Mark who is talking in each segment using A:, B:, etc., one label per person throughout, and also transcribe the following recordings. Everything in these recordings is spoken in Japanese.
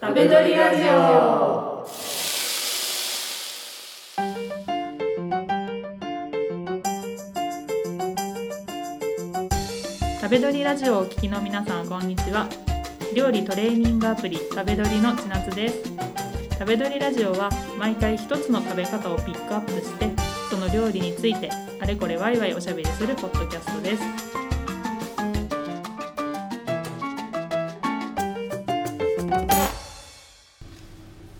A: 食べ取りラジオ
B: 食べ鳥ラジオをお聞きの皆さんこんにちは料理トレーニングアプリ食べ鳥の千夏です食べ鳥ラジオは毎回一つの食べ方をピックアップしてその料理についてあれこれワイワイおしゃべりするポッドキャストです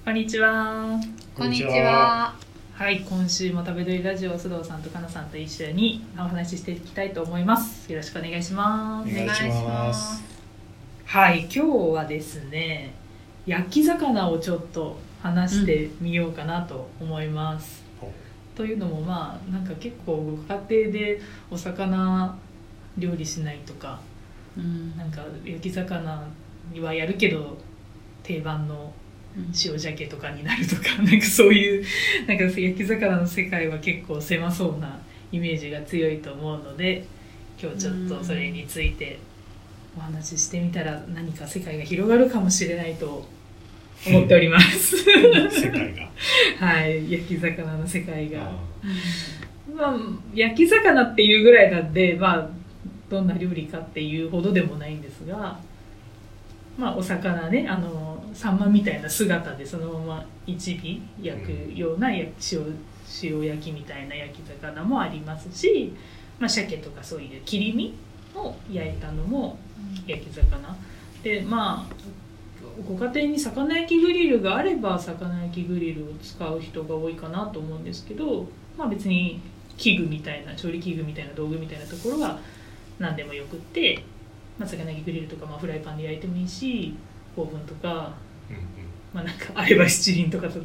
B: こんにちは
C: こんにちは。
B: はい今週も食べ鳥ラジオ須藤さんとかなさんと一緒にお話ししていきたいと思いますよろしくお願いしま
C: お
B: す
C: 願いします。
B: はい、今日はですね焼き魚をちょっと話してみようかなと思います。
C: うん
B: というのもまあなんか結構ご家庭でお魚料理しないとか
A: うん
B: なんか焼き魚はやるけど定番の塩鮭とかになるとか なんかそういうなんか焼き魚の世界は結構狭そうなイメージが強いと思うので今日ちょっとそれについてお話ししてみたら何か世界が広がるかもしれないと思っております。
C: 世界が。
B: はい、焼き魚の世界が。
A: うん
B: まあ、焼き魚っていうぐらいなんで、まあ、どんな料理かっていうほどでもないんですが、まあ、お魚ねあのサンマみたいな姿でそのまま一尾焼くようなや塩塩焼きみたいな焼き魚もありますし、まあ、鮭とかそういう切り身を焼いたのも焼き魚でまあご家庭に魚焼きグリルがあれば魚焼きグリルを使う人が多いかなと思うんですけど、まあ、別に器具みたいな調理器具みたいな道具みたいなところは何でもよくって、まあ、魚焼きグリルとかまあフライパンで焼いてもいいしオーブンとか
C: うん
B: まあ、なんかあれば七輪とかと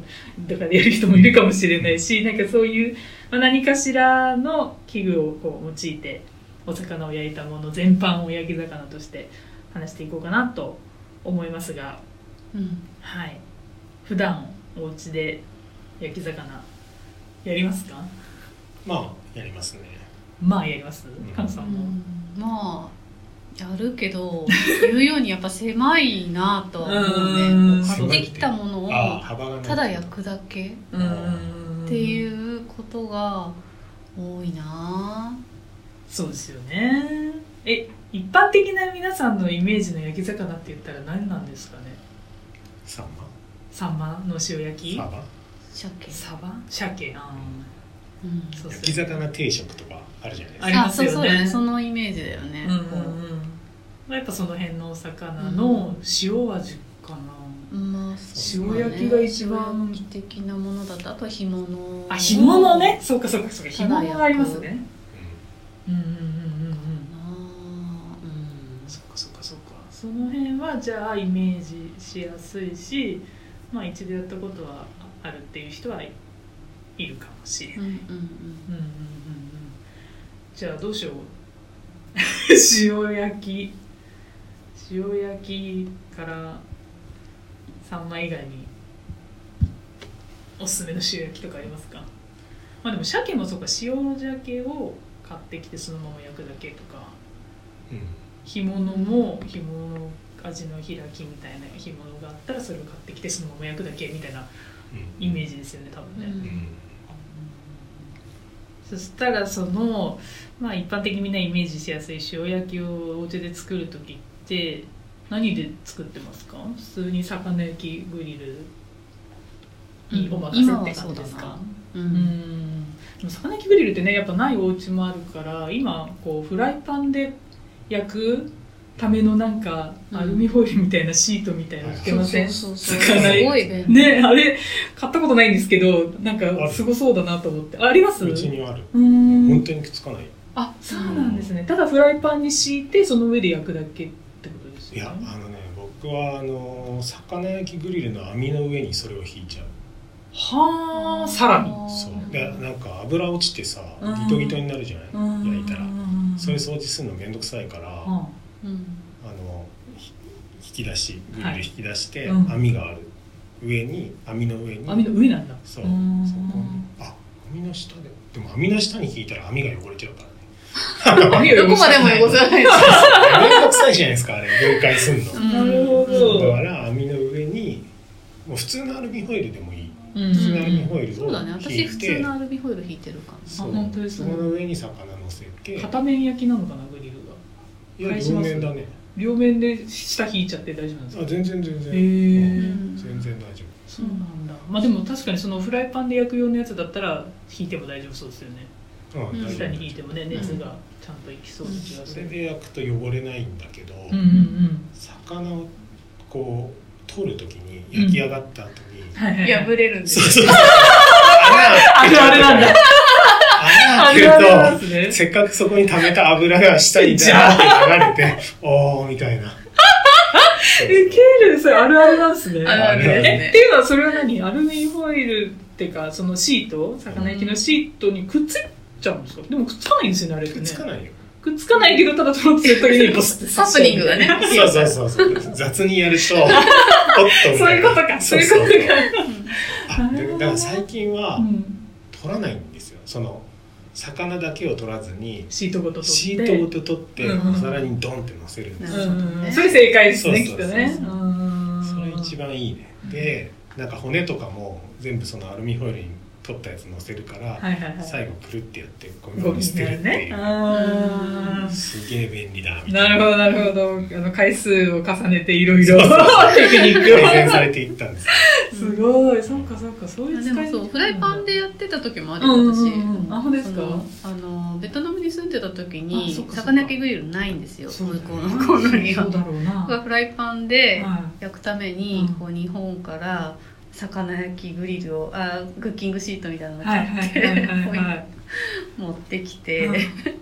B: とかでやる人もいるかもしれないしなんかそういう、まあ、何かしらの器具をこう用いてお魚を焼いたもの全般を焼き魚として話していこうかなと思いますが、
A: うん
B: はい、普段お家で焼き魚やりますか
C: まあ、やりますね。
B: まあやります
C: ん
B: カンさんも。
A: まあやるけど言うようにやっぱ狭いなとは
B: うん
A: 思うねこう買ってきたものを
C: ああ、幅がない。
A: ただ焼くだけっ
C: うん
A: て
B: う
A: いうことが多いな
B: そうですよねえ一般的な皆さんのイメージの焼き魚って言ったら何なんですかね
C: サンマ。
B: サンマの塩焼き
C: サバ。
A: 鮭
B: サバ鮭あ
A: うん
B: ーそう
C: 焼き魚定食とかあるじゃないで
B: あ
C: すか。
B: りま
A: あ
B: す
A: そう
B: よね
A: そうだねそのイメージだよね
B: うんうん
A: こう
B: うんやっぱその辺のお魚の塩味かな、
A: まあそうだ
B: 塩
A: ね
B: 焼きが一番
A: 塩焼き的なものだとあとは干物
B: あ干物ねそうかそうかそうか干
A: ただ
B: 物があります
A: 焼
B: ねうんうんうんうんうん
A: あーうん
B: そっかそっかそっかその辺はじゃあイメージしやすいしまあ一度やったことはあるっていう人はいいるかもしれない、
A: うんうん
B: うんうんうんうんじゃあどうし よう塩焼き塩焼きから三枚以外におすすめの塩焼きとかありますかまあでも鮭もそうか塩鮭を買ってきてそのまま焼くだけとか
C: うん。うん
B: 干物も干物の味の開きみたいな干物があったらそれを買ってきてそのまま焼くだけみたいな
C: うん
B: イメージですよね多分ね、
A: うん
C: うん
B: そしたらその、まあ、一般的にみんなイメージしやすい塩焼きをお家で作る時って何で作ってますか普通に魚焼きグリルにお任せって感じです
A: 今は
B: か
A: そうだなう
B: うんんでも魚焼きグリルってねやっぱないお家もあるから今こうフライパンで焼くためのなんか
A: うん
B: アルミホイルみたいなシートみたいなの売ってません、
A: そうそうそう
B: つかない
A: すごい便利
B: ねあれ買ったことないんですけどなんかすごそうだなと思ってああります
C: うちにある。
B: うん
C: 本当にくっつかない。
B: あそうなんですねただフライパンに敷いてその上で焼くだけってことです
C: いや、
B: よね
C: あのね、僕は、あの、魚焼きグリルの網の上にそれを引いちゃう。
B: はあさらに
C: そう。で、なんか油落ちてさ、
B: うん
C: ギトギトになるじゃない。焼いたら。それ
B: う
C: 掃除するのめんどくさいから。
B: ん
A: うん
C: あのひ引き出しグリ
B: は
C: ル
B: い
C: 引き出して、
B: うん
C: 網がある上に網の上に
B: 網の上なんだ
C: そう
B: う
C: そこ
B: ん
C: にあ網の下ででも網の下に引いたら網が汚れちゃうからね
A: どこまでも汚
B: い
A: さない
C: めんどくさいじゃないですかあれ分解するの
A: ん
B: なるほ
C: だ
B: ど
C: から網の上にもう普通のアルミホイルでもいい
B: うん
C: 普通のアルミホイル
A: そ
C: を
A: うだね
C: 引
A: 私
C: い
A: 普
C: て、
A: 通のアルミホイル引いてるか
C: そ
B: あ
C: う
B: 本当です
C: そ
B: ね
C: この上に魚乗せて
B: 片面焼きなのかなグリルが
C: いや
B: 返し
C: 両
B: ます
C: 面だね
B: 両面で下引いちゃって大丈夫なんですか
C: あ全然全
B: へ
C: 然、
A: な、
B: え
C: 全然大丈
B: そうなんだまあでも確かにそのフライパンで焼く用のやつだったら引いても大丈夫そうですよね
C: 夫、うん
A: うん
C: 大
B: 下
C: 丈
B: に引
C: 夫
B: いてもね熱がちゃんといきそうな気がす
C: そ
B: る
C: れで焼くと汚れないんだけど、
B: うんうんうん
C: 魚をこう取るときに焼き上がった後に、
B: はいはいはい
A: 破れるんです
C: そう
A: よ
C: そう
B: あるあるなんだ
C: 穴
B: あ
C: 開け
B: るあ
C: ると
B: るなんですね
C: せっかくそこに溜めた油が下にジャーって流れておーみたいなそうそう
B: えケールそれあるあるなんですね
A: あるあるです
B: え
A: ね
B: っていうのはそれは何アルミホイルっていうかそのシート魚焼きのシートにくっついちゃうんですかでもくっつかないんですよねあれって
C: くっ
B: ね
C: つかないよ
B: くっつかないけどただ取ろうとするときにボス って
A: サプニングがね
C: そうそうそうそう雑にやるとおっとみ
B: そう
C: た
B: い
C: いう
B: こ
C: な
B: とかそういう
C: そう
B: ことか
C: あだからだから最近は
B: うん
C: 取らないんですよその魚だけを取らずに
B: シートごと取って
C: シートごと取って
B: うんうん
C: お皿にドンって乗せるんです
A: な
C: よ
A: るほどね
B: うんそれ正解ですねき
C: そ
B: っ
C: う
B: と
C: そうそう
B: ね
A: そう
B: うん
C: それ一番いいねでなんか骨とかも全部そのアルミホイルに取ったやつ乗せるから、
B: はいはいはい
C: 最後くるってやってゴミに捨てるってい
B: ね
C: う、
B: あー
C: すげえ便利だみたい
B: な
C: な
B: るほどなるほどあの回数を重ねていろいろ
C: そうそう
B: テクニック
C: 改善
B: を
C: されていったんです
B: すごいそうかそうかそう
A: い
B: い
A: や
B: う
A: で
B: 使い方
A: もそうフライパンでやってた時もある
B: うんうん
A: よ
B: うん
A: 私、
B: あほんですか
A: そのあのベトナムに住んでた時
B: あ
A: に
B: そっかそっか
A: 魚焼きグリルないんですよ向
B: そうだ
A: こ
B: よ
A: う
B: な
A: のコロニ
B: そ
A: ア
B: うだろうな
A: フライパンで
B: は
A: 焼くために、
B: うん
A: こう日本から魚焼きグリルをあクッキングシートみたいなの
B: い
A: を
B: はい
A: 買
B: はい
A: って、
B: はいはいは
A: 持って
B: い
A: きて、
B: うん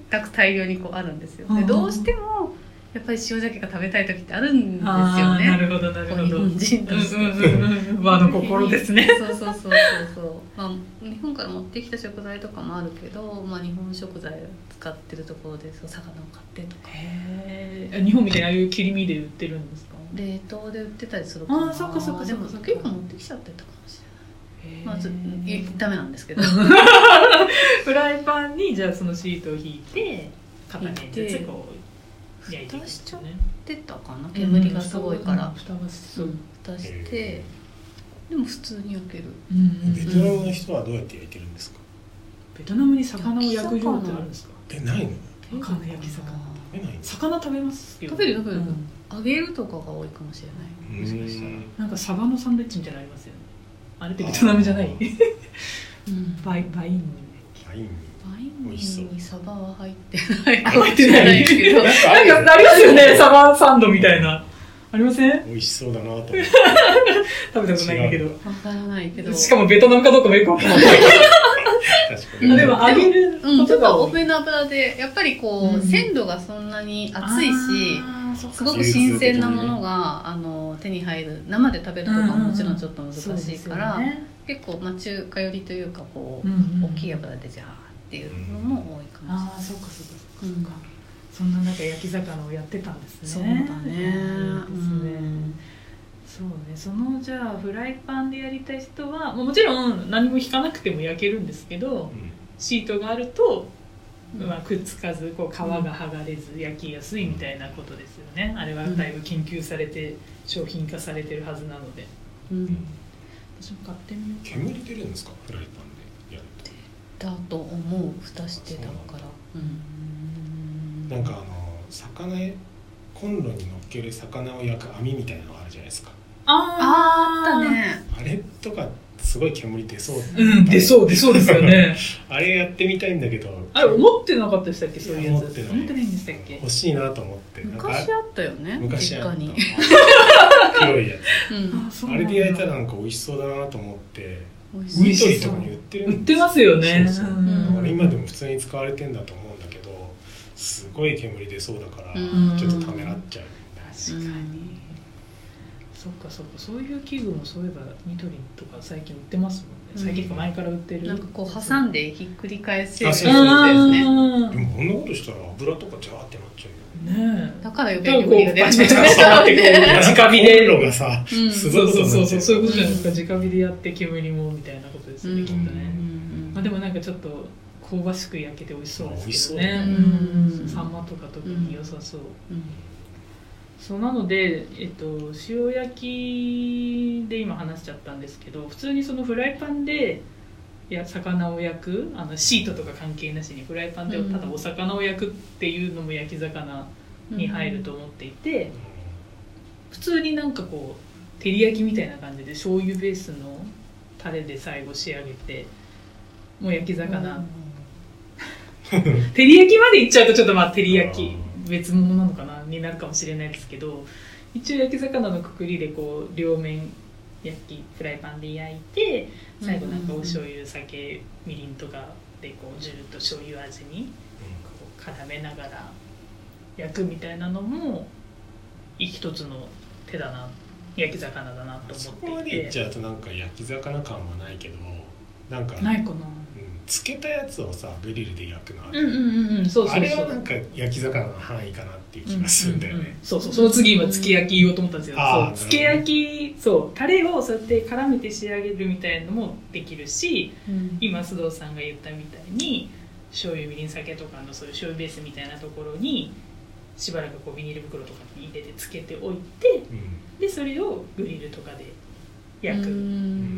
A: たく大量にこうあるんですよ、
B: うん
A: でどうしてもやっぱり塩鮭が食べたい時ってあるんですよ
B: あーな
A: ね
B: るほどなる
A: こ
B: ほど
A: う日本人として。
B: うんうんうんうん和の心ですね
A: そうそうそうそうそう、まあ、日本から持ってきた食材とかもあるけど、まあ、日本食材を使ってるところでそう魚を買ってとか
B: へえ日本みたいにああいう切り身で売ってるんですか
A: 冷凍で売ってたりするから
B: あーそっかそっかそっか
A: でも
B: そっか
A: 結構持ってきちゃってたかもしれない、まあ、ずいダメなんですけど
B: フライパンにじゃあそのシートを引いて片面ずつこう焼いていくんですね
A: 出たかな煙がすごいから、
B: 蓋がす
A: う
B: ごい
A: ん、蓋してでも普通に焼ける
B: うん
C: ベトナムの人はどうやって焼いてるんですか
B: ベトナムに魚を焼く量ってあるんですか
C: えないの
B: わかんない焼き魚
C: えないの
B: 魚食べますよ
A: 食べる食べる
B: うん
A: 揚げるとかが多いかもしれないう
C: ーん
B: もしかしたらなんかサバのサンドイッチみたいなのありますよねあれってベトナムじゃない
A: うん
B: バイバイン
C: ワイン
A: ワイン
C: 美味しそう
A: にサバは入ってない
B: あ入ってない
A: け
C: な
A: ど
C: ん
B: なんかありますよねサバサンドみたいなありません
C: 美味しそうだなと思って
B: 食べたことないんだけど
A: わからないけど
B: しかもベトナムかどうかもよくわかんない
C: 確か
A: うん
C: に
B: でも揚げる
A: うん、
B: こ
A: ち
B: と
A: ょっと
B: が多
A: 多
B: い
A: めの油でやっぱりこ
B: う
A: う、
B: ん
A: 鮮度がそんなに熱いし
B: あーそっか
A: すごく新鮮なものが、あの手に入る生で食べるとかももちろんちょっと難
B: そうで
A: しい
B: すよ
A: から、
B: ね
A: 結構、まあ、中華寄りというかこう、
B: うんうん
A: 大きい油でじゃーっていうのも多いかもし
B: ああそうかそうかそうか、
A: うん
B: そんな中焼き魚をやってたんですね
A: れない、そうだね
B: いいですね、
A: うん
B: そうねそのじゃあフライパンでやりたい人はもうもちろん何も引かなくても焼けるんですけどシートがあると、まあ、くっつかずこう皮が剥がれず焼きやすいみたいなことですよねあれはだいぶ研究されて商品化されてるはずなので
A: うん
B: 私も買ってみよう
C: 煙出るんですかフライパンでやると
A: だと思う蓋してたからうん
C: なんかあの魚コンロに乗っける魚を焼く網みたいなのがあるじゃないですか
A: あーあったね
C: あれとかすごい煙出そう
B: うん出そう出そうですよね
C: あれやってみたいんだけど
B: あれ思ってなかったでしたっけそういうやつ
C: 思ってない
B: 思ってないんでしたっけ
C: 欲しいなと思ってなんか
A: 昔あったよね
C: 昔
A: 実
C: あ
A: 家
C: っ
A: に、
C: た黒いや
A: うん、
B: そ
C: つ
B: うな
C: あ
B: んだ
C: れで焼いたらなんか美味しそうだなと思って
A: 美味
B: 美
A: し
B: 味
A: い
C: ニト
B: し
C: リ
B: そう
C: とかに売ってる
B: 売っ
C: ん
B: てますよね
C: そうそう
A: うん
C: あれ今でも普通に使われてんだと思うんだけどすごい煙出そうだから
A: うん
C: ちょっとためらっちゃう
B: 確かにそっかそっかそういう器具もそういえばニトリとか最近売ってますもんね
A: うん
B: 最近か前から売ってる
A: なんかこう挟んでひっくり返せる
C: あ
A: やつ
C: そ
A: で
C: うそう
A: すね
B: うん
C: でもこんなことしたら油とかジャーってなっちゃうよ
B: ねえ
A: だから余
B: だから
A: 計に
B: こ
A: 煙
B: う
A: が
B: パ
A: 出
B: チ
A: ち
B: パチ
A: ゃ
B: パ
A: う
B: チってこう直火
C: コン
B: で
C: ロがさ
A: うん
C: す
B: そ
C: ごいうこと
B: そう
C: に
B: そ
C: な
B: う
C: っち
B: そうそう
C: ゃう
B: いうことじゃないですか直火でやって煙もみたいなことですよね、
A: うん
B: きっとね、
A: うん
B: まあ、でもなんかちょっと香ばしく焼けて美味しそうですけど
C: ま
B: ね
A: あ美味しそうだね
B: うんサンマとか特に良さそう、
A: うん
B: そうなので、えっと、塩焼きで今話しちゃったんですけど普通にそのフライパンでいや魚を焼くあのシートとか関係なしにフライパンで
A: うん
B: ただお魚を焼くっていうのも焼き魚に入ると思っていて、普通になんかこう照り焼きみたいな感じで醤油ベースのタレで最後仕上げてもう焼き魚、照り焼きまでいっちゃうとちょっとまあ照り焼き別物なのかなになるかもしれないですけど一応焼き魚のくくりでこう両面焼きフライパンで焼いて最後なんかお醤油酒みりんとかでこうジュルッと醤油味にこう絡めながら焼くみたいなのも一つの手だな焼き魚だなと
C: そこ
B: 思
C: ま
B: っ
C: でい
B: て
C: っ
B: い
C: ち
B: て
C: ゃうとなんか焼き魚感はないけどなんか、
B: ないかな
C: うん、つけたやつをさグリルで焼くのある
B: うんうんうんうんそうそうそう
C: あれはなんか焼き魚の範囲かなっていう気がするんだよね、
B: うううそうそうその次今つけ焼き言おうと思ったんですよ
C: あー
B: そう
C: なるほど
B: つけ焼きそうタレをそうやって絡めて仕上げるみたいのもできるし今須藤さんが言ったみたいに醤油みりん酒とかのそういう醤油ベースみたいなところにしばらくこうビニール袋とかに入れてつけておいて
C: うん
B: でそれをグリルとかで焼くっ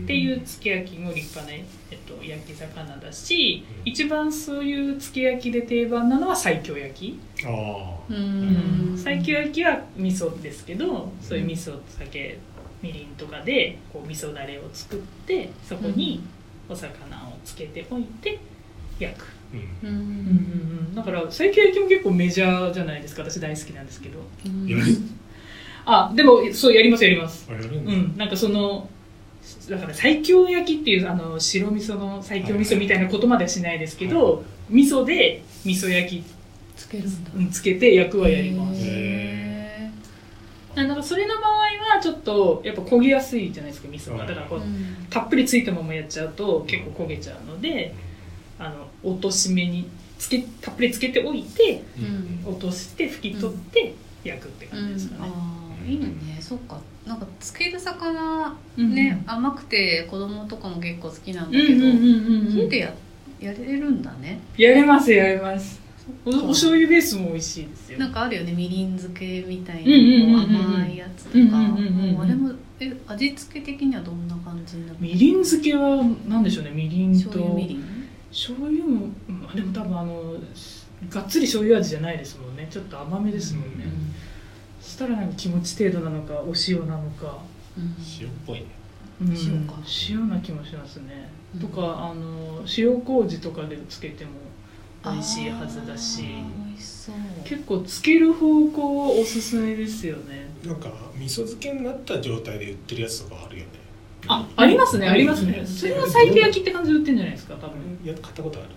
B: ていうつけ焼きも立派な、えっと、焼き魚だし
C: うん
B: 一番そういうつけ焼きで定番なのは西京焼き
C: ああ
B: 西京焼きは味噌ですけどそういう味噌酒みりんとかでこう味噌だれを作ってそこにお魚をつけておいて焼く、
C: うん
B: だから西京焼きも結構メジャーじゃないですか私大好きなんですけど
C: やる
B: あでもそうやりますやります
C: あやるん
B: う
C: だ、
B: んなんかそのだから西京焼きっていうあの白味噌の西京味噌みたいなことまではしないですけど味噌で味噌焼き
A: つけるんだ
B: うんつけて焼くはやります
A: へ
B: あなんかそれの場合はちょっとやっぱ焦げやすいじゃないですか味噌がだからこ
A: ー
B: う
A: うん
B: たっぷりついたままやっちゃうと結構焦げちゃうのであの落とし目につけたっぷりつけておいて
C: うん
A: うん
B: 落として拭き取って焼くって感じですかね、
A: あーいいねそうかなんかつける魚
B: うん
A: ね甘くて子供とかも結構好きなん
B: う
A: だ
B: ん
A: け
B: うん
A: ど
B: うんうん
A: 家
B: うん
A: でややれるんだね
B: やれますやれますお
A: そ
B: お
A: っか
B: 醤油ベースも美味しいですよ
A: なんかあるよねみりん漬けみたい
B: うんうん
A: な
B: うんうんうん
A: 甘いやつと
B: うんう
A: か
B: んうんうん
A: もうあれもえ味付け的にはどんな感じになる
B: みりん漬けは何でしょうねみりんと
A: 醤油みりん
B: 醤油もうんでも多分あのがっつり醤油味じゃないですもんねちょっと甘めですもんね、そしたらなんか気持ち程度なのかお塩なのか、
A: うん
C: 塩っぽいね
B: うん
A: 塩か
B: 塩な気もしますね、
A: うん
B: とかあの塩麹とかでつけても美味しいはずだし
A: あー美味しそう
B: 結構つける方向はおすすめですよね
C: なんか味噌漬けになった状態で売ってるやつとかあるよね
B: あありますねありますね
C: うん
B: それは西京焼きって感じで売ってんじゃないですか多分
C: や買ったことある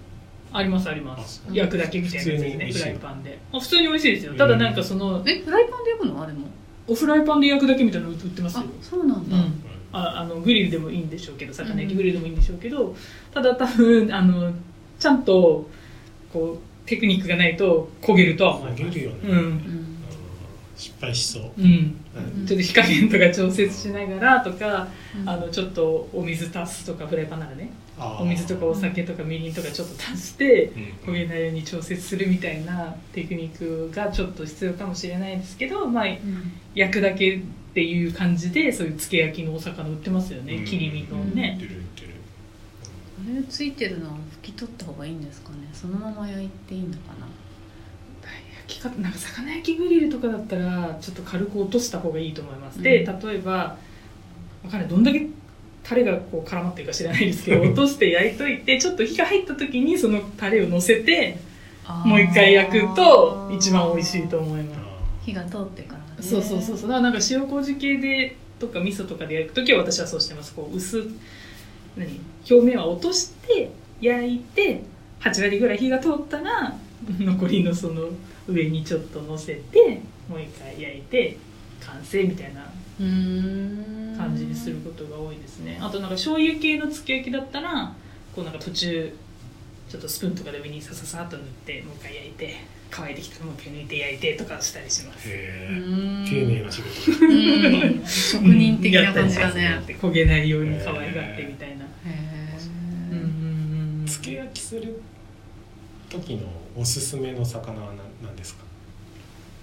B: ありますあります
C: あそう
B: 焼くだけみたいなやつです
C: 普通に美
B: ね
C: 味し
B: フ
C: い
B: ライパンであ普通に美味しいですよただなんかその
A: えフライパンで焼くのあれも
B: おフライパンで焼くだけみたいなの売ってますよ
A: あそうなん
B: う
A: だ、
B: んああのグリルでもいいんでしょうけど魚焼きグリルでもいいんでしょうけど、ただ多分あのちゃんとこうテクニックがないと焦げるとは思います
C: 焦げるよね
B: うん
A: うん
C: 失敗しそう、
B: うん
C: うん
B: ちょっと火加減とか調節しながらとか、
A: うん
B: あのちょっとお水足すとかフライパンならね
C: あー
B: お水とかお酒とかみりんとかちょっと足して
C: う
B: 焦
C: ん
B: げないように調節するみたいなテクニックがちょっと必要かもしれないですけど、まあ、
A: うん
B: 焼くだけっていう感じでそういうつけ焼きのお魚売ってますよね、
C: うん
B: 切り身のね。
C: 売ってる売ってる
A: あれついてるのは拭き取った方がいいんですかねそのまま焼いていいのかな
B: 焼き方なんか魚焼きグリルとかだったらちょっと軽く落とした方がいいと思います、
A: うん
B: で例えばわかんないどんだけタレがこう絡まってるか知らないですけど落として焼いといてちょっと火が入った時にそのタレを乗せてもう一回焼くと一番美味しいと思います
C: あ
A: 火が通ってからね
B: そうそうそうそうだからなんか塩麹系でとか味噌とかで焼く時は私はそうしてますこう薄何表面は落として焼いて8割ぐらい火が通ったら 残りのその上にちょっと乗せてもう一回焼いて完成みたいな
A: うーん
B: 感じにすることが多いですねあとなんか醤油系のつけ焼きだったらこうなんか途中ちょっとスプーンとかで上にさささっと塗ってもう一回焼いて乾いてきたらもう一回抜いて焼いてとかしたりします
C: ーへ
A: う
C: え
A: ーん
C: 丁寧な仕事
A: うん職人的な感じだ
B: や
A: ね
B: って焦げないように可愛がってみたいな、
A: へー
B: うんうんうん
C: つけ焼きする時のおすすめの魚は何何ですか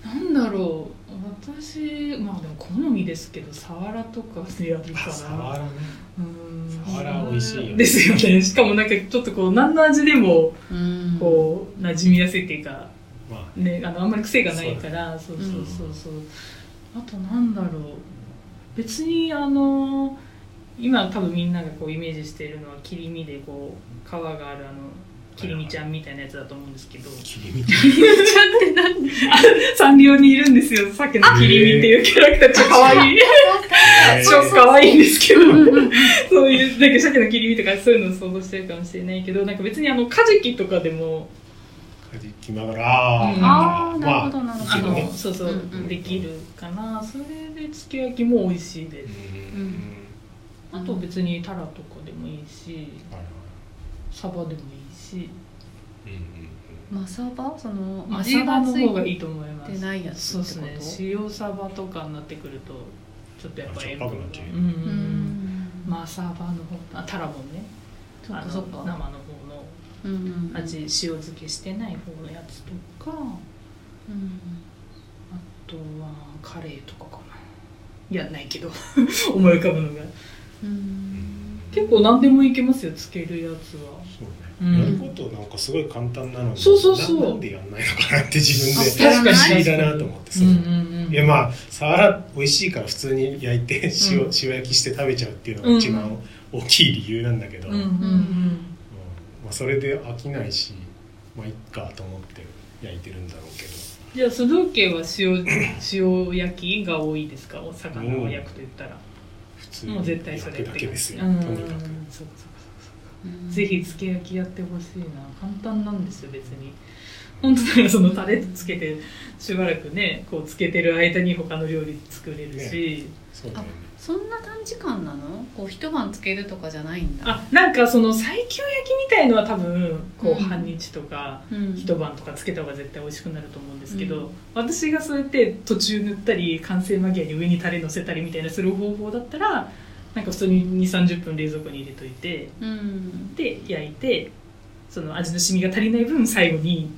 B: なんだろう私まあでも好みですけどサワラとかやるか
C: あサ
B: な
C: ワラね
B: うん
C: サワラ美味しいよね
B: ですよねしかもなんかちょっとこう何の味でも
A: うん
B: こう馴染みやすいっていうか
C: まあ
B: ねあのあんまり癖がないからそうそうそうそう、あとなんだろう別にあの今多分みんながこうイメージしてるのは切り身でこう皮があるあの切り身ちゃんみたいなやつだと思うんですけど、
C: 切り身って
A: ちゃんってなんで
B: サンリオにいるんですよさっきの切り身っていうキャラクターちょっと可愛い超可愛いんですけどそういうなんかさっきの切り身とかそういうのを想像してるかもしれないけどなんか別にあのカジキとかでも
C: カジキマグロあー、
B: うん
A: あ
C: ま
A: ーなるほどなるほど
B: あ
C: いいけど
B: の
C: ね
B: そうそう、
A: うんうん
B: できるかなそれですき焼きも美味しいです
C: うん
B: あと別にタラとかでもいいし
C: はいはい
B: サバでもいいし
C: うんうん
A: マサバその
B: まあ
A: 味
B: サバ
A: が
B: の
A: つ
B: 方がい
A: い
B: いと思いま
A: て
B: す
A: ないやつ
B: そう
A: っ
B: で
A: て
B: す
A: こ
B: ね
A: と
B: 塩サバとかになってくるとちょっとやっぱり
C: あちょっとパクなっちゃう
B: うん
A: う
B: うん
A: ん
B: まあサバの方あタラもね
A: そっ
B: あ
A: か
B: の
A: そ
B: 生
A: っ
B: の方
A: か
B: の
A: うんうん
B: 味塩漬けしてない方のやつとか
A: うん
B: あとはカレーとかかないやないけど 思い浮かぶのが
A: う
C: うんん
B: 結構何でもいけますよつけるやつは
C: そううね、
B: ん
C: やることなんかすごい簡単なのに
B: そうそうそう
C: ななんでやんないのかなって自分
A: あ
C: で
A: 確かに
C: 不思議だなと思って
B: う
C: そ
B: ん
C: う、
B: うんうん
C: いやまあサワラ美味しいから普通に焼いて塩,、
B: うん
C: 塩焼きして食べちゃうっていうのが一番大きい理由なんだけど、
B: うんうんう
C: うん
B: ん
C: まあ、それで飽きないしまあいっかと思って焼いてるんだろうけど
B: じゃあ須藤家は 塩塩焼きが多いですかお魚を焼くと言ったら、
C: 普通
B: もう絶対
C: に
B: そ
C: 焼
B: れ
C: くだけですよ
B: う
C: と
B: ん
C: にかく
B: そうかそうか
A: うん
B: ぜひつけ焼きやってほしいな簡単なんですよ別に本当ならそのタレつけてしばらくねこうつけてる間に他の料理作れるし、
C: そうだよね
A: そんな短時間なのこう一晩つけるとかじゃないんだ
B: あなんかその最強焼きみたいのは多分こ
A: うん
B: う半日とか
A: うん
B: 一晩とかつけた方が絶対美味しくなると思うんですけど、
A: うん
B: 私がそうやって途中塗ったり完成間際に上にタレ乗せたりみたいなする方法だったらなんか普通に2 3 0分冷蔵庫に入れといて
A: うん
B: で焼いてその味の染みが足りない分最後に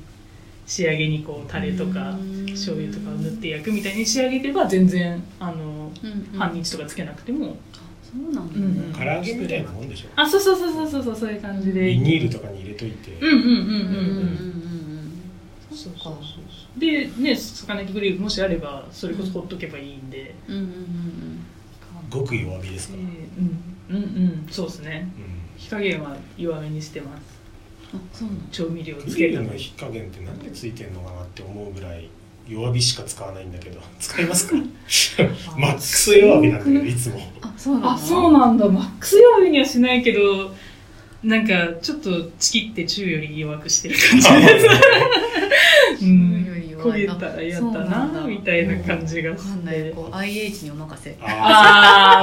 B: 仕上げにこうタレとか
A: うん
B: 醤油とかを塗って焼くみたいに仕上げれば全然あの
A: うんうん
B: 半日とかつけなくても、
A: あそうなんだ
B: うん
A: ね
C: 唐揚げみたいなもんでしょ
B: あそうそうそうそうそうそうそういう感じで
C: ビニールとかに入れといて、
B: うんうんうんうん
A: うんうんう
B: うんん、
A: うんそうか
B: でね魚焼きグリルもしあればそれこそほっとけばいいんで、
A: うんうんうん
C: 極弱火です
B: え
C: か
B: ー
C: ら、
B: うんうんうんそうですね
C: うん
B: 火加減は弱めにしてます
A: あそうなんだ
B: 調味料をつ
C: グリ
B: ける
C: ル
B: ため
C: の
B: に
C: 火加減ってなんでついてんのかなって思うぐらい弱火しか使わないんだけど使いますかマックス弱火なんだけど いつも
A: あそうなの
B: あそうなんだマックス弱火にはしないけどなんかちょっとチキって中より弱くしてる感じ
A: 中より弱い
B: こげたら嫌だ
A: そうなんだ
B: なみたいな感じが
A: わかん
B: し
A: ない
B: て
A: こう IH にお任せ
C: あ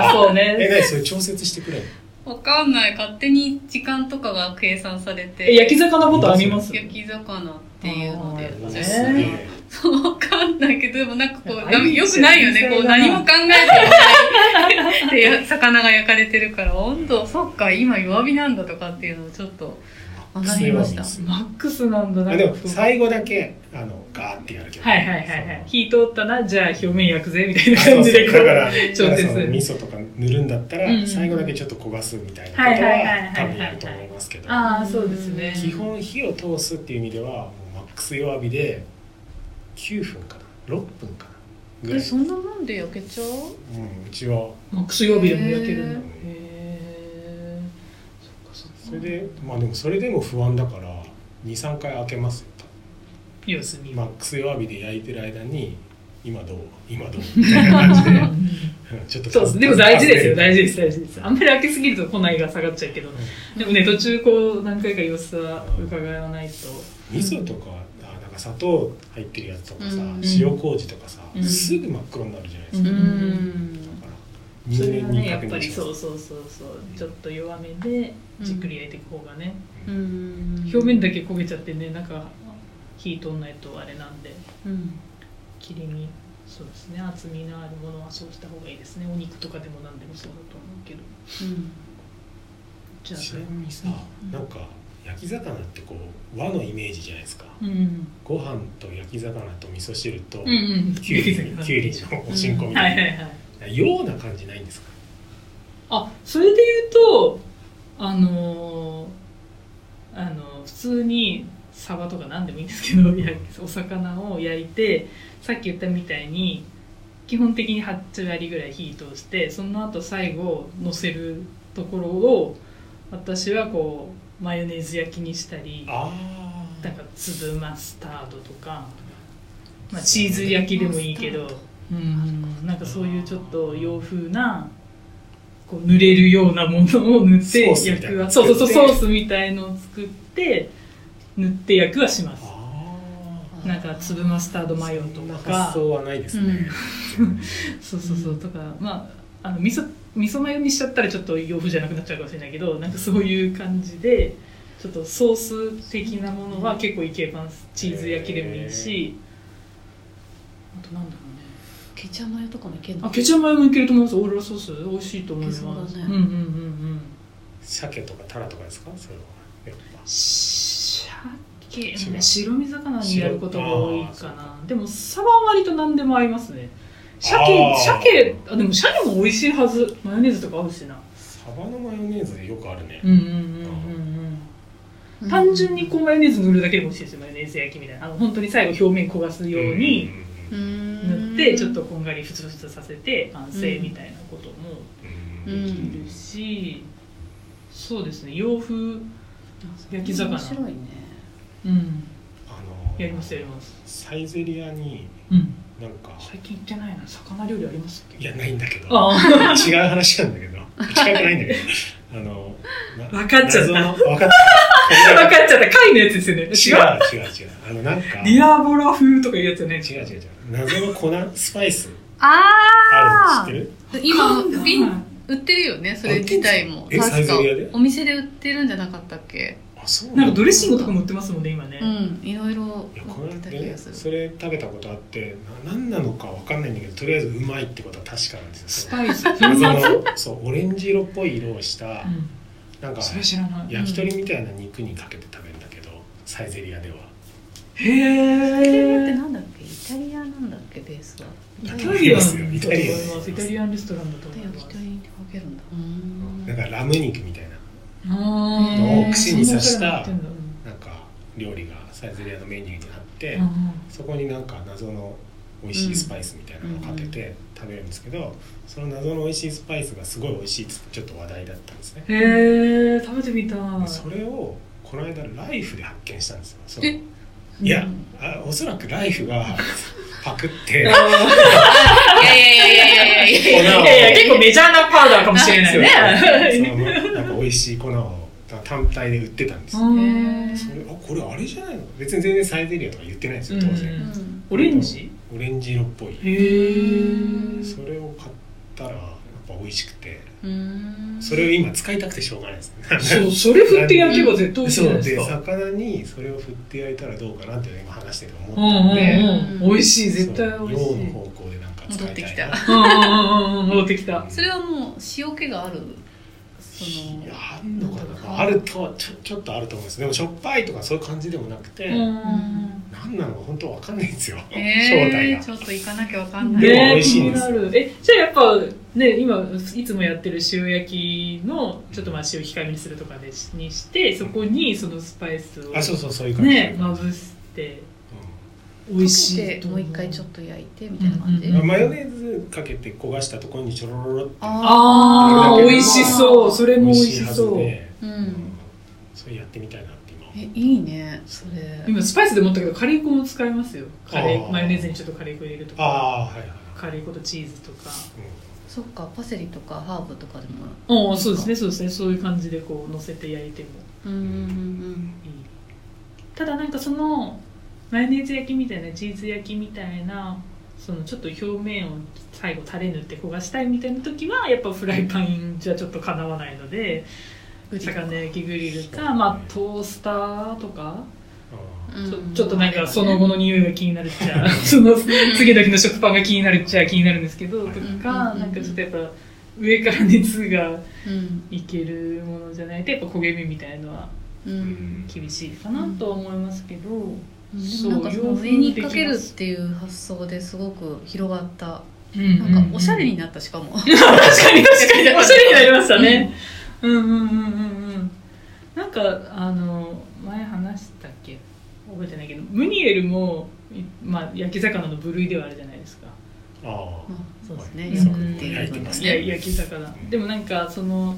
B: ああそう
C: ーえ
B: ね
C: 何それ調節してくれる
A: わかんない勝手に時間とかが計算され
B: え
A: て
B: 焼き魚ことあります
A: 焼き魚っていうので
B: あー
A: 私
C: すげえ
A: そうわかんないけどでもなんかこう
B: いや
A: よくないよねこ
B: 天才だ
A: う
B: な
A: 何も考えてないでや魚が焼かれてるから温度そっか今弱火なんだとかっていうのをちょっと上がりました
C: す
B: マックスなんだな
C: あでも最後だけあのガーってやるけど
B: はいはいはいはい
C: そ
B: 火通ったなじゃあ表面焼くぜみたいな
C: の
B: 感じで
C: あ
B: こ
C: そうそう
B: う
C: だから
B: 調節
C: だからその味噌とか塗るんだった
B: うんう
C: ら
B: ん
C: 最後だけちょっと焦がすみたいなこと
B: はいはいはいはいは
C: はい多分やると思いますけど
B: ああそうですね
C: 基本火を通すっていう意味ではもうマックス弱火で9分かな6分かなぐら
A: え
C: い
A: そんなもんで焼けちゃう
C: うんうちは
B: マックス曜日でも焼けるんだ
A: へ
B: へ
A: ー
B: えそっかそっか
C: それでまあでもそれでも不安だから23回開けますよ多
B: 様子見
C: 分マックス弱火で焼いてる間に今どう 今どうみたいな感じで うんちょっと
B: そうです。でも大事ですよ、大
C: 事
B: 事です、大事です。あんまり開けすぎると庫内が下がっちゃうけど、でもね、途中こう、何回か様子は伺わないと。
C: 味噌とかあなんか砂糖入ってるやつとかさ、
A: うん
C: 塩麹とかさ、
B: うん
C: すぐ真っ黒になるじゃないで
B: う
C: すか、
B: ん
C: だから
B: そ
C: 人
B: れは
C: 間
B: ね、
C: に
B: やっ
C: 確
B: ぱ
C: 認
B: り
C: しま
B: そう
C: す
B: そうそうそう、ちょっと弱めで、じっくり焼いていく方がね、
A: うん
B: 表面だけ焦げちゃってね、なんか、火通んないとあれなんで、
A: うん
B: 切り身、そうですね、厚みのあるものはそうした方がいいですね。お肉とかでも何でもそうだと思うけど。
A: うん
B: じゃ
C: ちな
B: あ、
C: みにさ、
A: うん
C: なんか焼き魚ってこう和のイメージじゃないですか
B: うん
C: ご飯と焼き魚と味噌汁と
B: うんうん
C: きゅうり きゅうりのおしんこみ
B: は
C: た
B: いはいいはい
C: なような感じないんですか
B: あそれで言うとあのーあの普通にサバとか何でもいいんですけどやお魚を焼いてさっき言ったみたいに基本的に8割ぐらい火通してその後最後乗せるところを私はこうマヨネーズ焼きにしたり
C: ああ
B: なんか粒マスタードとか、まあ、チーズ焼きでもいいけどうんなんかそういうちょっと洋風なこう塗れるようなものを塗って
C: ソースみ
B: 焼
C: たい
B: く
C: な
B: はそうそうそうソースみたいのを作って塗って焼くはします
C: ああ
B: なんか粒マスタードマヨと
C: そんな
B: か
C: 発
B: そう
C: 想はないですね、
B: そうそうとかまああの味噌味噌マヨにしちゃったらちょっと洋風じゃなくなっちゃうかもしれないけどなんかそういう感じでちょっとソース的なものは結構いけますチーズ焼きでもいいしあとなんだろうね
A: ケチャマヨとかもいけんの
B: あ、ケチャマヨもいけると思います。オーロラソース、美味しいと思いま
A: い
B: す。
A: けそうだね
B: んうんうんうん。
C: 鮭とかタラとかですかそれはやっぱ
B: 鮭、
C: 違う
B: 白身魚にやることが多いか
C: 白あ
B: な。でも、サバは割と何でも合いますね。鮭
C: あ、ー
B: 鮭、あ、でも鮭も美味しいはず。マヨネーズとか合うしな。
C: サバのマヨネーズよくあるね、
B: うんうんうんうんうん。単純にこうマヨネーズ塗るだけでも美味しいですよ。マヨネーズ焼きみたいな。あの、本当に最後表面焦がすように
A: う
C: うん
B: 塗
A: ん
B: って、ちょっとこんがりふつふつさせて完成みたいなことも。
C: う
A: うん
C: ん
B: できるし、そうですね洋風、焼き魚
A: 面白いね
B: うん、
C: あの
B: やりますやります、
C: サイゼリアに
B: うん、
C: なんか
B: 最近行ってないな魚料理ありますっけ
C: いやないんだけど
B: あ
C: 違う話なんだけど違くないんだけどあのな
B: 分かっちゃった
C: 謎の分かっ
B: あ 分かっちゃった貝のやつですよね
C: た違う違う違うあのなんか
B: ディアボラ風とかいうやつよね
C: 違う違う違う謎の粉スパイスあ
A: あ
C: るの知ってる
A: あ今瓶
B: あ
A: 売ってるよねそれ自体も
C: えサイ
A: 確
C: ゼ
A: か
C: リヤで
A: お店で売ってるんじゃなかったっけ
C: あそう
B: なん
C: な
B: か
C: んだ
B: ドレッシングとかも売ってますもんね今ね、
A: うんいろいろ
C: いやこ
A: 売っ
C: れ
A: てた
C: で
A: 気
C: ね
A: がする
C: それ食べたことあってな何なのか分かんないんだけどとりあえずうまいってことは確かなんです
B: ス
C: よ
B: パ イス粉末、う
C: 謎
B: ん、
C: のそうオレンジ色っぽい色をしたなんか
B: それ知らない
C: 焼き鳥みたいな肉にかけて食べるんだけどサイゼリアでは
A: イタリアって
B: へえ
A: なんだっけイタリアなんだっけベースは
B: イ
C: な
B: タ
C: んか
B: リアン
C: イ
B: だ
C: タ
B: と
C: リアン
B: 思いますイタリアンレストランだと思い
A: で
B: ま
A: 焼き
B: す
A: 鳥にかけるんだう
C: なん
A: ん
C: かラム肉みたいな
B: あ
C: のを串に刺
B: そ
C: した
B: んなお世話になってんだ
C: なんか料理がサイゼリアのメニューにあって、
B: うんうん
C: そこになんか謎の美味しいスパイスみたいなのをかけて食べるんですけど、その謎の美味しいスパイスがすごい美味しいっつってちょっと話題だったんですね、
B: へえ食べてみたい
C: でそれをこの間ライフで発見したんですよその
A: え
C: いや、
A: うん
C: あおそらくライフがパ クって
A: いやいやいやいやいやいや
C: 粉
B: い
C: を
B: やいや結構メジャーなパウダーかもしれない
C: そ
B: ね
C: のなんか美味しい粉を単体で売ってたんですよ
B: うん
C: それあこれあれじゃないの別に全然サイゼリアとか言ってないんですよ当然、
B: うん
A: うん
B: オレンジ
C: オレンジ色っぽい
B: へえ
C: それを買ったらやっぱ美味しくて
A: うん
C: それを今使いたくてしょうがないですね
B: そうそれ振って焼けば絶対美味しいじゃ
C: そ
B: な
C: う
B: いで
C: です
B: か
C: 魚にそれを振って焼いたらどうかなっていうのを今話してて思っ
B: う
C: た
B: んうんん
C: で、
B: うん美味しい絶対
C: そう
B: 美味しい
C: 洋の方向でなんか使いたいな
A: 戻って
B: うんうんうんうん戻ってきた
A: それはもう塩気があるそ
C: いや
A: の
C: あんのかな、あるとちょちょっとあると思うんですでもしょっぱいとかそういう感じでもなくて、
B: う
C: なん、
B: ん
C: 何なのか本当わかんないんですよ、正体
A: えー、
C: が
A: ちょっと行かなきゃわかんない
C: でも
B: ね
C: 美味しいんです
B: 気になるえじゃあやっぱね今いつもやってる塩焼きのちょっとまあ塩控えめにするとかでしにしてそこにそのスパイスを
C: あそうそうそういう感じ、
B: ねまぶして美
A: 美
B: 味
A: 味し
B: しい
A: い
B: と
A: も
B: 思
A: う一回ちょっと焼いてみたいな感じ、
C: う
B: うん
C: んマヨネーズかけて焦がしたところにちょろろろって
B: あー美味しそうそれも
C: 美
B: 美
C: 味
B: 味
C: しい
B: し
C: はず
B: そう
C: で、
A: うん
C: それやってみたいなって今
A: えいいねそれ
B: 今スパイスで持ったけどカレー粉も使いますよカレ
C: あ
B: ー
C: ー
B: マヨネーズにちょっとカレー粉入れるとか
C: ああはいはいはい、
B: カレー粉とチーズとか
A: そっかパセリとかハーブとかでも
B: うんそうですねそうですねそういう感じでこう乗せて焼いても
A: うんうん
B: いいただなんかそのマヨネーズ焼きみたいなチーズ焼きみたいなそのちょっと表面を最後タレ塗って焦がしたいみたいな時はやっぱフライパンじゃちょっとかなわないので
A: うん
B: 魚焼きグリルか、まあ、トースターとか
C: うん
A: うん
B: ちょちょっとなんかその後の匂いが気になるっちゃその次の日の食パンが気になるっちゃ気になるんですけどとか
A: うん
B: なんかちょっとやっぱ上から熱が
A: うん
B: いけるものじゃないとやっぱ焦げ目みたいのは
A: うん
B: 厳しいかなとは思いますけど、
A: でもなんかその
B: 洋
A: 上
B: 風
A: に
B: でき
A: か
B: ます
A: けるっていう発想ですごく広がった
B: うん
A: なんかおしゃれに
B: な
A: なったしかも
B: 確かに確かに おしゃれになりましたね、うん、うんうんうんうんうんなんかあの前話したっけ覚えてないけどムニエルも、いまあ、焼き魚の部類ではあるじゃないですか
C: あ
A: まあそうですね
C: はい
A: 焼くって
C: 焼
A: い
C: いて
A: うの
C: ま
A: は
C: す
B: いや
A: ね
C: ね
B: 焼き魚でもなんかその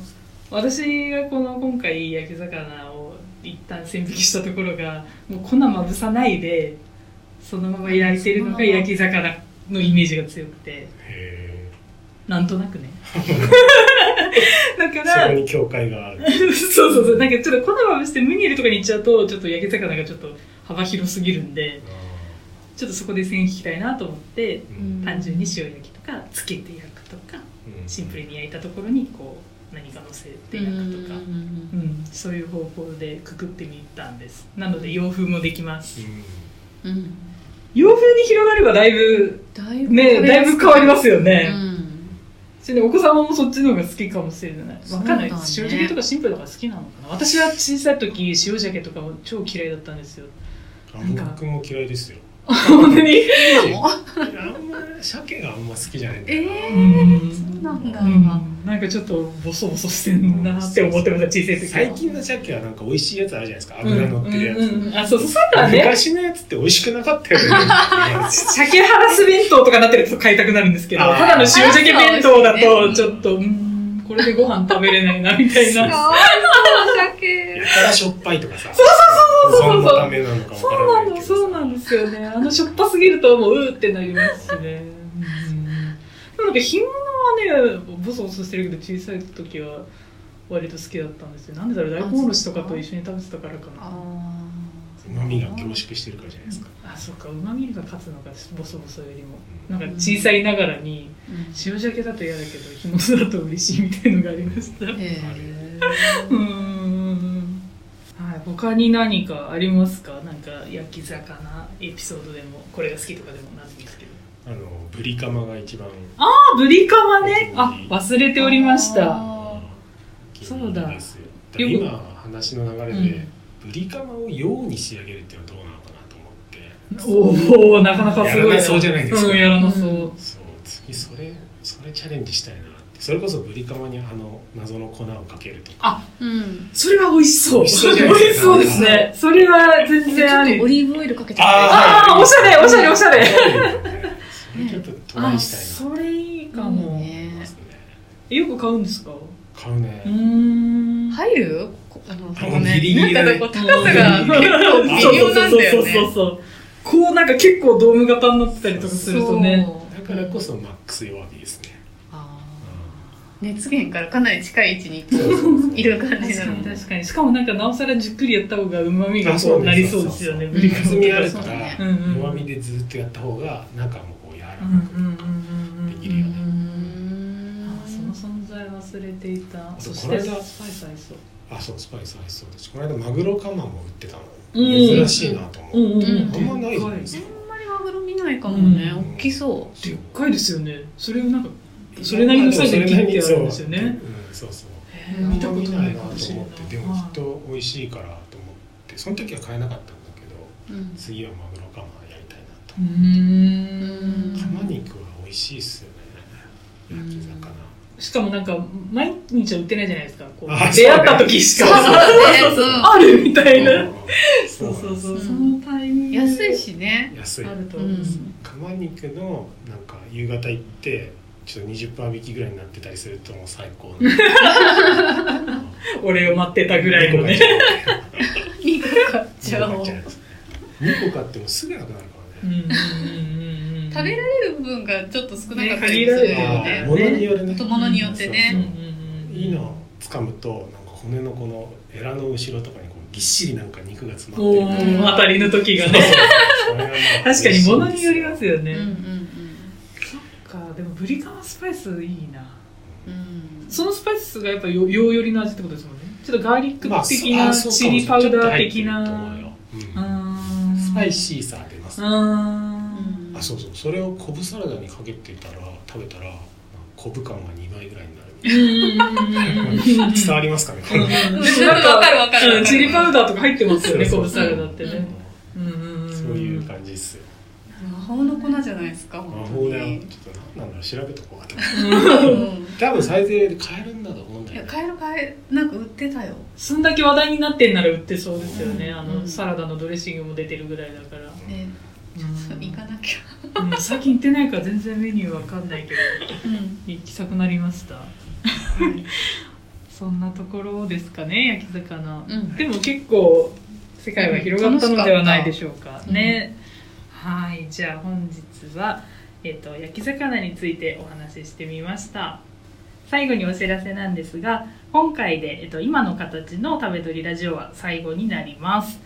B: 私がこの今回焼き魚を一旦線引きしたところがもう粉まぶさないでそのまま焼いてるのが焼き魚のイメージが強くて
C: あへ
B: なんとなくねだか
C: えそこ
B: ら
C: に境界がある
B: そうそうそうなんかちょっと粉まぶしてムニエルとかに行っちゃうとちょっと焼き魚がちょっと幅広すぎるんで
C: あ
B: ちょっとそこで線引きたいなと思って
C: ーう
A: うん
C: ん
B: 単純に塩焼きとかつけて焼くとか
C: うん
B: シンプルに焼いたところにこう何か乗せて焼くとか、うんそういう方法でくくってみたんですなので洋風もできます
C: うん
A: うんうん
B: 洋風に広がればだいぶ
A: だいぶ
B: ねだいぶ変わりますよね、
A: うん
B: それでお子様もそっちの方が好きかもしれないわかんないで
A: そ
B: す
A: う
B: 塩
A: だね
B: 漬けとかシンプルだから好きなのかな私は小さい時塩漬けとかも超嫌いだったん ですよ
C: あんま僕も嫌いですよ
B: 本当に
A: 今も
C: あんま鮭があんま好きじゃないんだ
A: え
C: よな
A: ーそうなんだ
B: うんなんかちょっとボソボソしてんなって思ってました小さい時は
C: 最近の鮭はなんか美味しいやつあるじゃないですか脂乗ってるやつ、
B: うんうんうんあそうそうそうだね
C: 昔のやつって美味しくなかったよ ね
B: 鮭ハラス弁当とかなってると買いたくなるんですけど、
C: あー
B: ただの塩鮭弁当だと、
A: あ
C: ー
B: ちょっと、うーん、これでご飯食べれないな、みたい
A: か
B: な。
A: わいそう
C: や
A: 鮭
C: たらしょっぱいとかさそう
B: そうそうそう
C: 保存のためなのか
B: そ
C: わから
B: う
C: な
B: ない
C: け
B: の、
C: ど
B: そうなんですよね。あの、しょっぱすぎると、もう、うーってなりますしね。うんでもなんか、干物はね、ボソボソしてるけど、小さい時は、割と好きだったんですよ。なんでだろう、大根おろしとかと一緒に食べてたからか
A: あ
B: な。
C: うまみが凝縮してるからじゃないですか
B: あ、そっか、うまみが勝つのが、ボソボソよりも。なんか、小さいながらに、
A: うん
B: 塩鮭だと嫌だけど干物だと嬉しいみたいのがありましたう
A: へ
B: ー
A: ー
B: んはい他に何かありますかなんか焼き魚エピソードでもこれが好きとかでもなんでもいいですけど
C: あのブリカマが一番
B: あぶりかまねあ忘れておりました
A: あ
C: 気
B: そ
C: に
B: うだ
C: 入りですよだから今話の流れで、ブリカマを洋に仕上げるっていうのはどうなのかなと思って
B: おおなかなかすごい
C: やらなそうじゃないですか
B: うんやらなそう、
A: うん
C: そう次それそれチャレンジしたいなってそれこそブリカマにあの謎の粉をかけるとか
A: ーうん
B: それは美味しそう
C: 美味しそうじゃない
B: 美
C: で
B: 味し
C: す
B: そ
C: か
B: うですねそれは全
A: ちょ
B: 然あ
A: っ
B: り
A: とオリーブオイルかけちゃっ
C: あ
B: ああおしゃれおしゃれおしゃれ
C: それちょっとトライしたいな
B: それいいか
A: いい
B: も、
A: ね
C: と思いますね
B: よく買うんですか
C: 買うね、
B: うーん
A: て入るこあのここ
C: あのギリギ
A: ね
C: リだ
A: なん
C: ね
A: かこう 高さが結構微妙なんだよね
B: そうそうそうそうこうなんか結構ドーム型になってたりとかするとね
A: そう
C: だからこそマックス弱火ですね、
A: あー
C: う
A: 熱源からかなり近い位置にこ
C: んそうそうそう
A: ういる感じ
B: 確
A: な
B: か
A: の
B: に
A: で
B: 確かにしかもなんかなおさらじっくりやった方がうまみが
C: あ
B: こ
C: そううです
B: なりそうですよね
C: そう
A: そ
B: ぶ
A: う
B: りかま
C: 厚みあるか
A: そうだね
C: ら
B: うんうん
C: 弱火でずっとやった方が中もこう柔らか
B: うん
C: く
B: うんうんうんうん
C: できるよね
A: うーん
B: あーその存在忘れていた
C: と
B: そし
C: こ
B: て
C: れ
B: ス
C: だ
B: パイス合いそう
C: あそうスパイス合いそうだしこの間マグロカマも売ってたの、
B: うん
C: 珍しいなと思って、
B: うんうん
A: うん
C: あんまないじゃないです
A: あ
C: か、
A: んまりマグロ見ないかもね、
C: うん
A: 大きそう
B: でっかいですよねそれをなんかそれなりのサイズで切ってあるんですよね
C: そう,、うん、そうそう
B: へ
A: う
B: ー
A: ん
B: 見たこと
C: 見
B: な
C: ないいな
B: か
C: と
B: もしれな
C: 思
B: い
C: ってでもきっと美味しいからと思ってその時は買えなかったんだけど
A: うん
C: 次はマグロカマやりたいなと
B: うーん
A: た
C: カマ肉は美味しいっすよね焼き魚
B: しかもなんか毎日は売ってないじゃないですかこう
C: あ
B: 出会った時しか
C: そうだ
A: ね
B: そうそう
A: そう
B: あるみたいな
C: うん
B: そうそうそうう
A: そ
B: そ
A: の
B: のタイミング
A: 安いしね
C: 安い
B: あると
A: うん
C: 釜肉のなんか夕方行ってちょっと20%引きぐらいになってたりするともう最高の
B: 俺を待ってたぐらいのね
A: いいか
C: 2
A: じゃあ
C: 個買っちゃう2個買ってもすぐなくなるからね
A: 食
B: 食
A: べられる分がちょっと少なかった
B: ね限
A: り
B: ら
A: す
B: れ
A: る
B: る
A: よ
B: よ
A: ね
C: あー物によるね
A: と物によって
C: そう
A: ね
C: そういいの掴むとなんか骨のこのエラの後ろとかにこうぎっしりなんか肉が詰まってる
B: お
C: み
B: お
C: たいな
B: 当たりの時が ね
C: それがまあ
B: 確かに物によりますよね
A: うんうん
B: そっかでもブリカマスパイスいいな
A: うんうん
B: そのスパイスがやっぱ洋洋寄りの味ってことですもんねちょっとガーリック
C: まあ
B: 的な
C: あそうかも
B: チリパウダー的
C: ちょっと入ってる
B: な
C: と思うようんスパイシーさ出ます
B: あ
A: うん
C: あそうそうそれを昆布サラダにかけてたら食べたらまあ昆布感が2倍ぐらいになるみたい
B: うん
C: な伝わりますかねこの
A: ちょっとわかるわかるわかる
B: チリパウダーとか入ってますよね、コ
C: そう
B: ブ
C: そ
B: サ
C: うそう
B: ラダってね。うんうんん
C: そういう感じっすよ
A: 魔法の粉じゃないですか
C: 魔
A: 本当
C: 法だよ
A: に
C: ちょっと何なんだろう調べとこうかと
A: うん
C: 多分サイゼリヤで買えるんだと思うんだ
A: い
C: よ
A: や
C: ね
A: カエルカエルなんか売ってたよ
B: そんだけ話題になってんなら売ってそうですよね。あ
A: う
B: の、
A: ん
B: サラダのドレッシングも出てるぐらいだから。
A: ねちょっと行かなきゃ
B: うん最近行ってないから全然メニューわかんないけど、
A: うん
B: 行きたくなりました。そんなところですかね、焼き魚。
A: うん
B: でも結構、世界は広がったのではないでしょうか。
A: うん
B: ね。はい、じゃあ本日は、えっ、と、焼き魚についてお話ししてみました。最後にお知らせなんですが、今回で、えっと、今の形の食べ取りラジオは最後になります。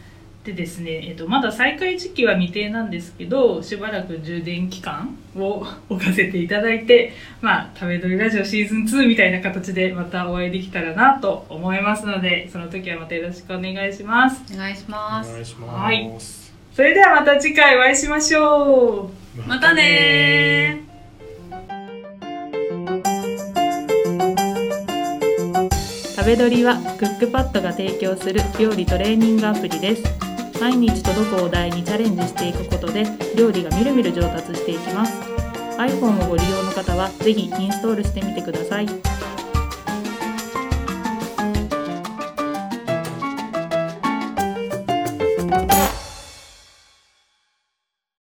B: でですね、えっと、まだ再開時期は未定なんですけど、しばらく充電期間を 置かせていただいて、まあ、食べ取りラジオシーズン2みたいな形でまたお会いできたらなと思いますので、その時はまたよろしくお願いします。
A: お願いし
C: お
A: ます
C: 願いし
B: は
C: ます
B: それではまた次回お会いしましょう。
A: またねー
B: 食べドリはクックパッドが提供する料理トレーニングアプリです毎日届くお題にチャレンジしていくことで料理がみるみる上達していきます iPhone をご利用の方はぜひインストールしてみてください